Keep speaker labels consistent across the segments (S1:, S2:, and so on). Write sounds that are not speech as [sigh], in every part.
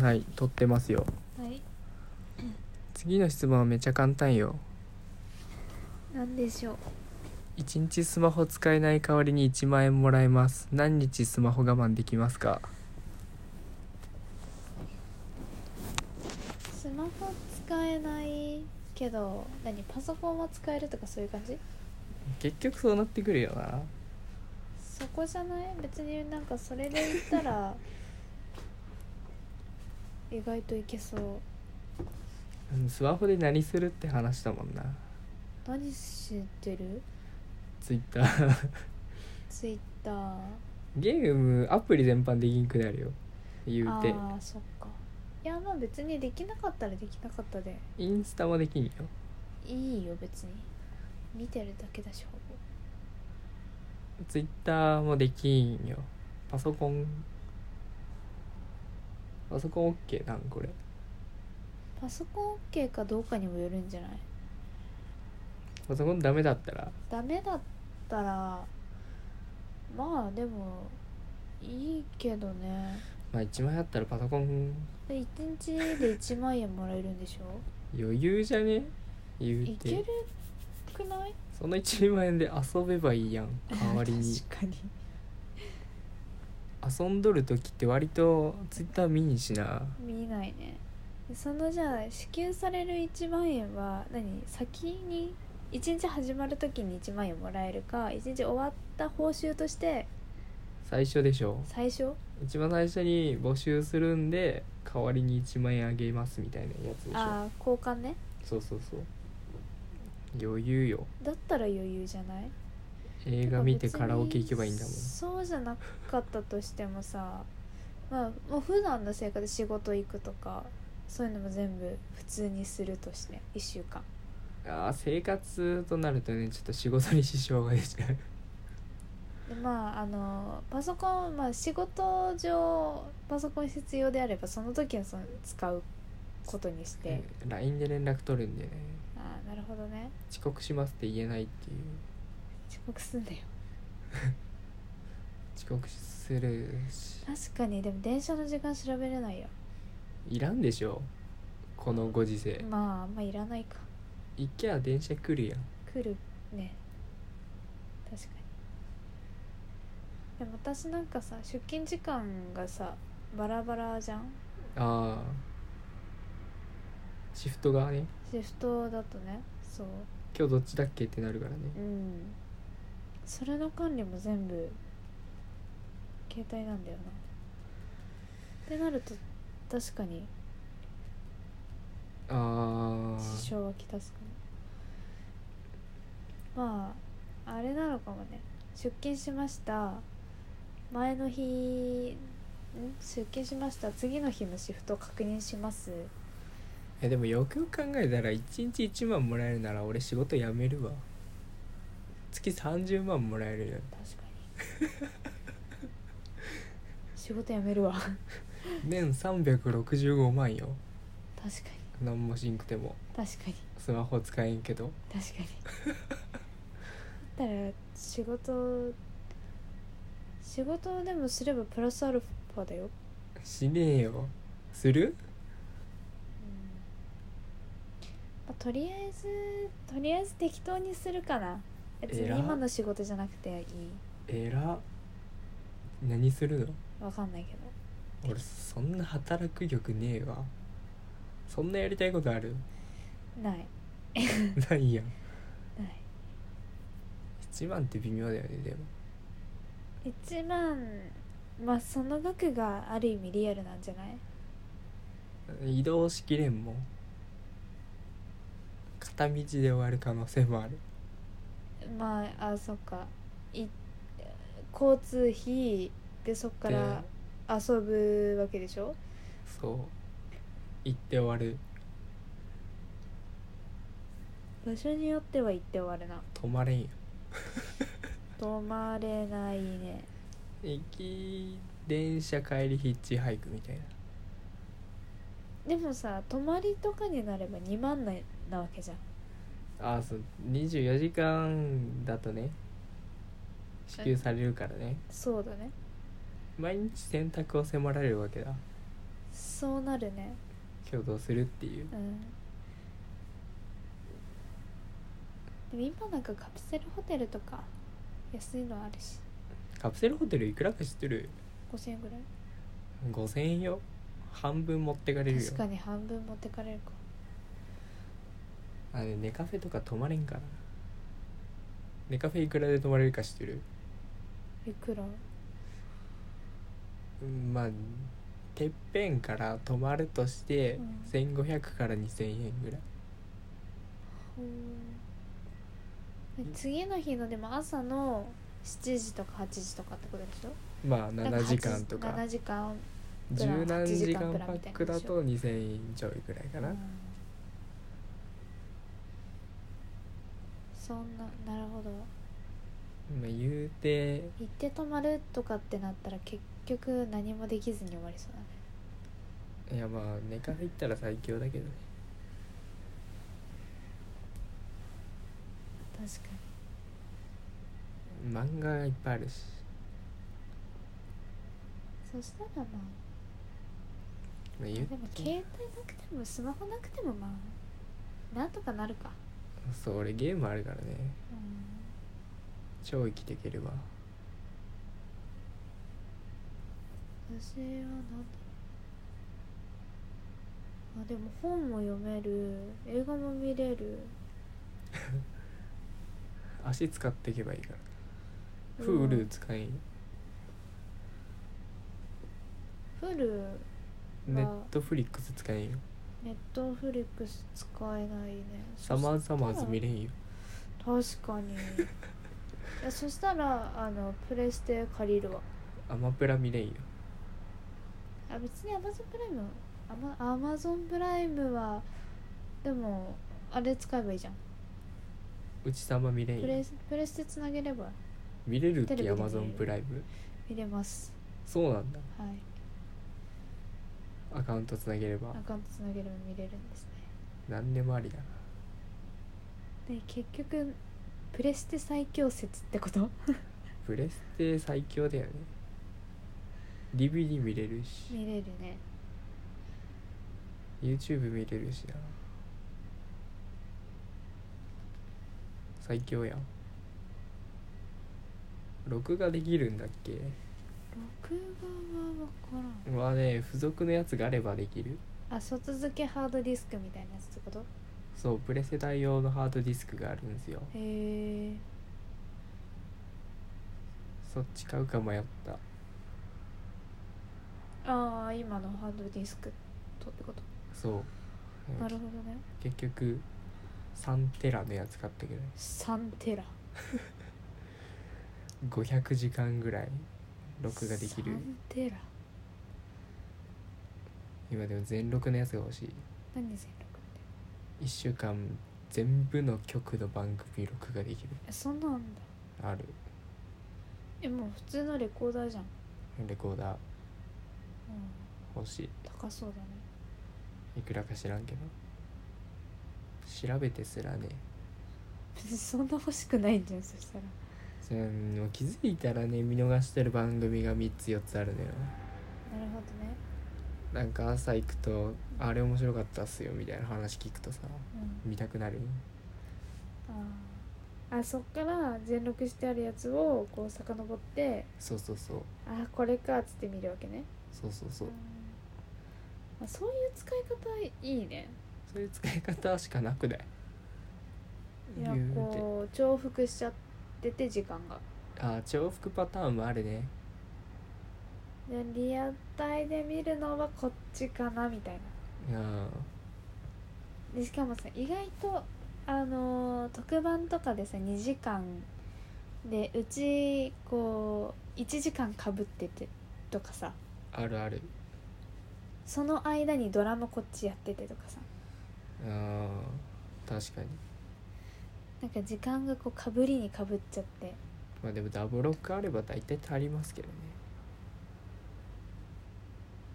S1: はい撮ってますよ
S2: はい
S1: 次の質問はめちゃ簡単よ
S2: なんでしょう
S1: 1日スマホ使えない代わりに1万円もらえます何日スマホ我慢できますか
S2: スマホ使えないけど何パソコンは使えるとかそういう感じ
S1: 結局そうなってくるよな
S2: そこじゃない別になんかそれで言ったら [laughs] 意外といけそう
S1: うんスマホで何するって話だもんな
S2: 何してる
S1: ツイッター [laughs]
S2: ツイッター
S1: ゲームアプリ全般できんくなるよ言うて
S2: ああそっかいやまあ別にできなかったらできなかったで
S1: インスタもできんよ
S2: いいよ別に見てるだけだしほぼ
S1: ツイッターもできんよパソコンパソコン OK なんこれ
S2: パソコン OK かどうかにもよるんじゃない
S1: パソコンダメだったら
S2: ダメだったらまあでもいいけどね
S1: まあ1万円あったらパソコン
S2: で1日で1万円もらえるんでしょ
S1: 余裕じゃね言う
S2: いけ
S1: て
S2: るくない
S1: その1万円で遊べばいいやん代わりに
S2: [laughs] 確かに
S1: 遊んどる時って割とツイッター見にしな
S2: 見ないねでそのじゃあ支給される1万円は何先に1日始まる時に1万円もらえるか1日終わった報酬として
S1: 最初でしょ
S2: 最初
S1: 一番最初に募集するんで代わりに1万円あげますみたいなやつでしょ
S2: ああ交換ね
S1: そうそうそう余裕よ
S2: だったら余裕じゃない
S1: 映画見てカラオケ行けばいいんだもん
S2: そうじゃなかったとしてもさまあもう普段の生活で仕事行くとかそういうのも全部普通にするとして1週間
S1: あー生活となるとねちょっと仕事に支障が出ちゃう
S2: でまああのパソコン、まあ、仕事上パソコン必要であればその時はその使うことにして、
S1: うん LINE で連絡取るんでね
S2: ああなるほどね
S1: 遅刻しますって言えないっていう
S2: 遅刻すんだよ
S1: 遅刻するし
S2: 確かにでも電車の時間調べれないよ
S1: いらんでしょこのご時世
S2: まああんまいらないか
S1: 行きゃ電車来るやん
S2: 来るね確かにでも私なんかさ出勤時間がさバラバラじゃん
S1: ああシフトがね
S2: シフトだとねそう
S1: 今日どっちだっけってなるからね
S2: うんそれの管理も全部携帯なんだよなってなると確かに
S1: あ
S2: 支
S1: あ
S2: 障はきたすかねまああれなのかもね出勤しました前の日ん出勤しました次の日のシフトを確認します
S1: えでもよくよく考えたら1日1万もらえるなら俺仕事辞めるわ月30万もらえるよ
S2: 確かに仕事辞めるわ確か
S1: 年365万よ
S2: に
S1: 何もしんくても
S2: 確かに
S1: スマホ使えんけど
S2: 確かにだったら仕事仕事でもすればプラスアルファだよ
S1: しねえよする
S2: まあとりあえずとりあえず適当にするかな別に
S1: 偉っ
S2: 今の仕事じゃなくていい
S1: えら何するの
S2: わかんないけど
S1: 俺そんな働く欲ねえわそんなやりたいことある [laughs]
S2: ないない
S1: ないやん1万って微妙だよねでも
S2: 1万まあその額がある意味リアルなんじゃない
S1: 移動しきれんもん片道で終わる可能性もある
S2: まああそっかい交通費でそっから遊ぶわけでしょ
S1: そう行って終わる
S2: 場所によっては行って終わるな
S1: 止まれんよ [laughs]
S2: 泊まれないね
S1: 行き電車帰りヒッチハイクみたいな
S2: でもさ泊まりとかになれば2万ななわけじゃん
S1: ああそう24時間だとね支給されるからね
S2: そうだね
S1: 毎日洗濯を迫られるわけだ
S2: そうなるね
S1: 共同するっていう
S2: うんでも今なんかカプセルホテルとか安いのあるし
S1: カプセルホテルいくらか知ってる
S2: 5000円ぐらい
S1: 5000円よ半分持ってかれるよ
S2: 確かに半分持ってかれるか
S1: あれ寝カフェとか泊まれんかな寝カフェいくらで泊まれるか知ってる
S2: いくら
S1: うんまあてっぺんから泊まるとして
S2: うん
S1: 1500から2000円ぐらい
S2: うん次の日のでも朝の7時とか8時とかってことでしょ
S1: まあ
S2: なん
S1: 7時間とか
S2: 8 7時間
S1: 十
S2: プラン
S1: 何
S2: 8
S1: 時
S2: 時間
S1: 間
S2: プラン
S1: パ
S2: み
S1: ッ
S2: たいな
S1: ク
S2: んでし
S1: だ
S2: ょ
S1: と2000円ちょいぐらいか
S2: う
S1: なん
S2: そんななるほど
S1: まあ言うて
S2: 行って泊まるとかってなったら結局何もできずに終わりそうだね
S1: いやまあ寝カフェ行ったら最強だけどね
S2: 確か
S1: 漫画がいっぱいあるし
S2: にそしたらまあ
S1: まあ言
S2: で
S1: う
S2: も
S1: て
S2: 携帯なくてもスマホなくてもまあなんとかなるか
S1: そう俺ゲームあるからね [laughs]
S2: うん
S1: 超生きていけるわ
S2: 私は何だろうあでも本も読める映画も見れる
S1: [laughs] 足使っていけばいいから
S2: うん
S1: Hulu 使い
S2: フル
S1: ネットフリックス使えんよ
S2: ネットフリックス使えないね
S1: サマーサマーズ見
S2: れ
S1: れんよ
S2: 確かにいやそしたらあのプレステ借りるわ
S1: [laughs] アマプラ見れんよ
S2: あ別にアマゾンプライムアマゾンプライムはでもあれ使えばいいじゃん
S1: うち様見れん
S2: プ
S1: よ
S2: レスプレステつなげれば
S1: 見れるっ
S2: テレビ
S1: てア
S2: で見れる
S1: マゾンプライム
S2: 見れます
S1: そうなんだ
S2: はい
S1: アカウントつなげれば
S2: アカウントつなげれば見れるんです
S1: 何でもありだな
S2: ねで結局プレステ最強説っ
S1: [laughs]
S2: てこと
S1: プレステ最強だよね DVD 見れるし
S2: 見れるね
S1: YouTube 見れるしな最強やん録画できるんだっけ
S2: 録画は分から
S1: まあね付属のやつがあればできる
S2: んあ外付けハードディスクみたいなやつってことへ
S1: そうプレ世代用のハードディスクがあるんですよ
S2: え
S1: そっち買うか迷った
S2: ああ今のハードディスクとってこと
S1: そう
S2: なるほどね
S1: 結局3テラのやつ買ったけ [laughs] ど
S2: 3テラ
S1: 500時間ぐらい録画できる
S2: 3テラ
S1: 今でも全録のやつが欲しい
S2: 何全録って
S1: 1週間全部の曲の番組録画できる
S2: えそんなんだ
S1: ある
S2: えもう普通のレコーダーじゃん、
S1: レコーダー
S2: うん、
S1: 欲し
S2: 高そうだね
S1: いいくらか知らんけど調べてすらね
S2: 別に [laughs] そんな欲しくないんじゃんそしたら
S1: それもう気づいたらね見逃してる番組が3つ4つあるのよ
S2: なるほどね
S1: なんか朝行くと「あれ面白かったっすよ」みたいな話聞くとさ
S2: うん
S1: 見たくなる
S2: あーあそっから全録してあるやつをこう遡って
S1: そうそうそう
S2: あーこれかっつって見るわけね
S1: そうそうそう
S2: うんあそういう使い方いいね
S1: そういう使い方しかなくない
S2: いや
S1: 言うて
S2: こう重複しちゃってて時間が
S1: あー重複パターンもあるね
S2: でリアタイで見るのはこっちかなみたいな
S1: うん
S2: でしかもさ意外とあのー特番とかでさ2時間でうちこう1時間かぶっててとかさ
S1: あるある
S2: その間にドラマこっちやっててとかさ
S1: うん確かに
S2: なんか時間がこうかぶりにかぶっちゃって
S1: まあでもダブロックあれば大体足りますけどね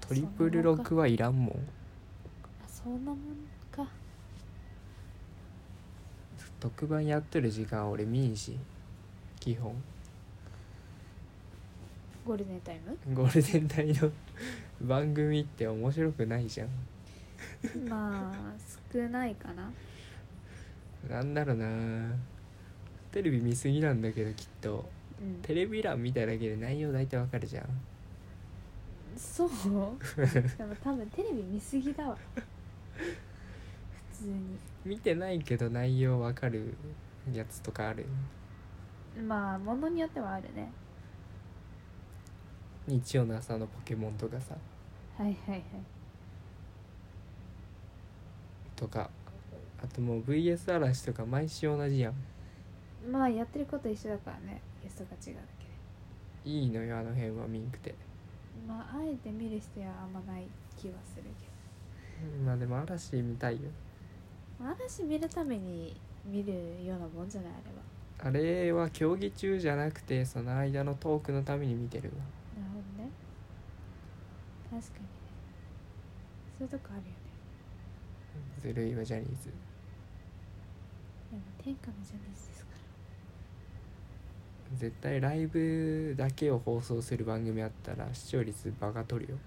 S1: トリプルロックはいらんもん
S2: あそんなもんか
S1: 特番やってる時間俺見んし基本
S2: ゴールデンタイム [laughs]
S1: ゴールデン帯の [laughs] 番組って面白くないじゃん
S2: まあ少ないかな
S1: なんだろうなテレビ見すぎなんだけどきっと
S2: うん
S1: テレビ欄見ただけで内容大体わかるじゃん
S2: そうでも多分テレビ見すぎだわ普通に
S1: 見てないけど内容わかるやつとかある
S2: まあものによってはあるね
S1: 日曜の朝のポケモンとかさ
S2: はいはいはい
S1: とかあともう VS 嵐とか毎週同じやん
S2: まあやってること一緒だからねゲストが違うだけで
S1: いいのよあの辺はミンクて
S2: まああえて見る人はあんまない気はするけ
S1: まあでも嵐見たいよ
S2: ど、まあ、嵐見るために見るようなもんじゃないあれは
S1: あれは競技中じゃなくてその間のトークのために見てるわ
S2: なるほどね確かにねそういうとこあるよね
S1: ずるいわジャニーズ
S2: でも天下のジャニーズですから
S1: 絶対ライブだけを放送する番組あったら視聴率バカ取るよ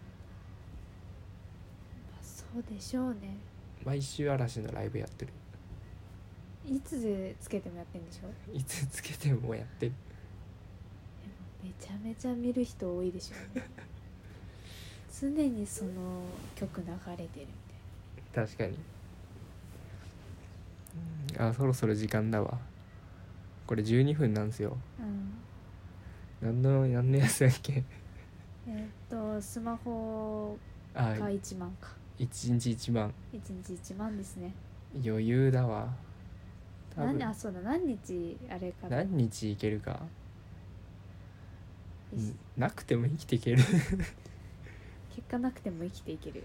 S2: まあそうでしょうね
S1: 毎週嵐のライブやってる
S2: いつつけてもやってんでしょ
S1: いつつけてもやってる
S2: でもめちゃめちゃ見る人多いでしょう [laughs] ね常にその曲流れてるみ
S1: 確かにうんあそろそろ時間だわこれ12分なんですよ
S2: たいなうん
S1: 何の何のやつだっけ
S2: えーっとスマホ
S1: あ
S2: が1万か、
S1: 一日1万
S2: 一日1万ですね
S1: 余裕だわ多分
S2: 何あそうだ何日あれかな
S1: 何日いけるか
S2: いし
S1: なくても生きていける
S2: 結果なくても生きていける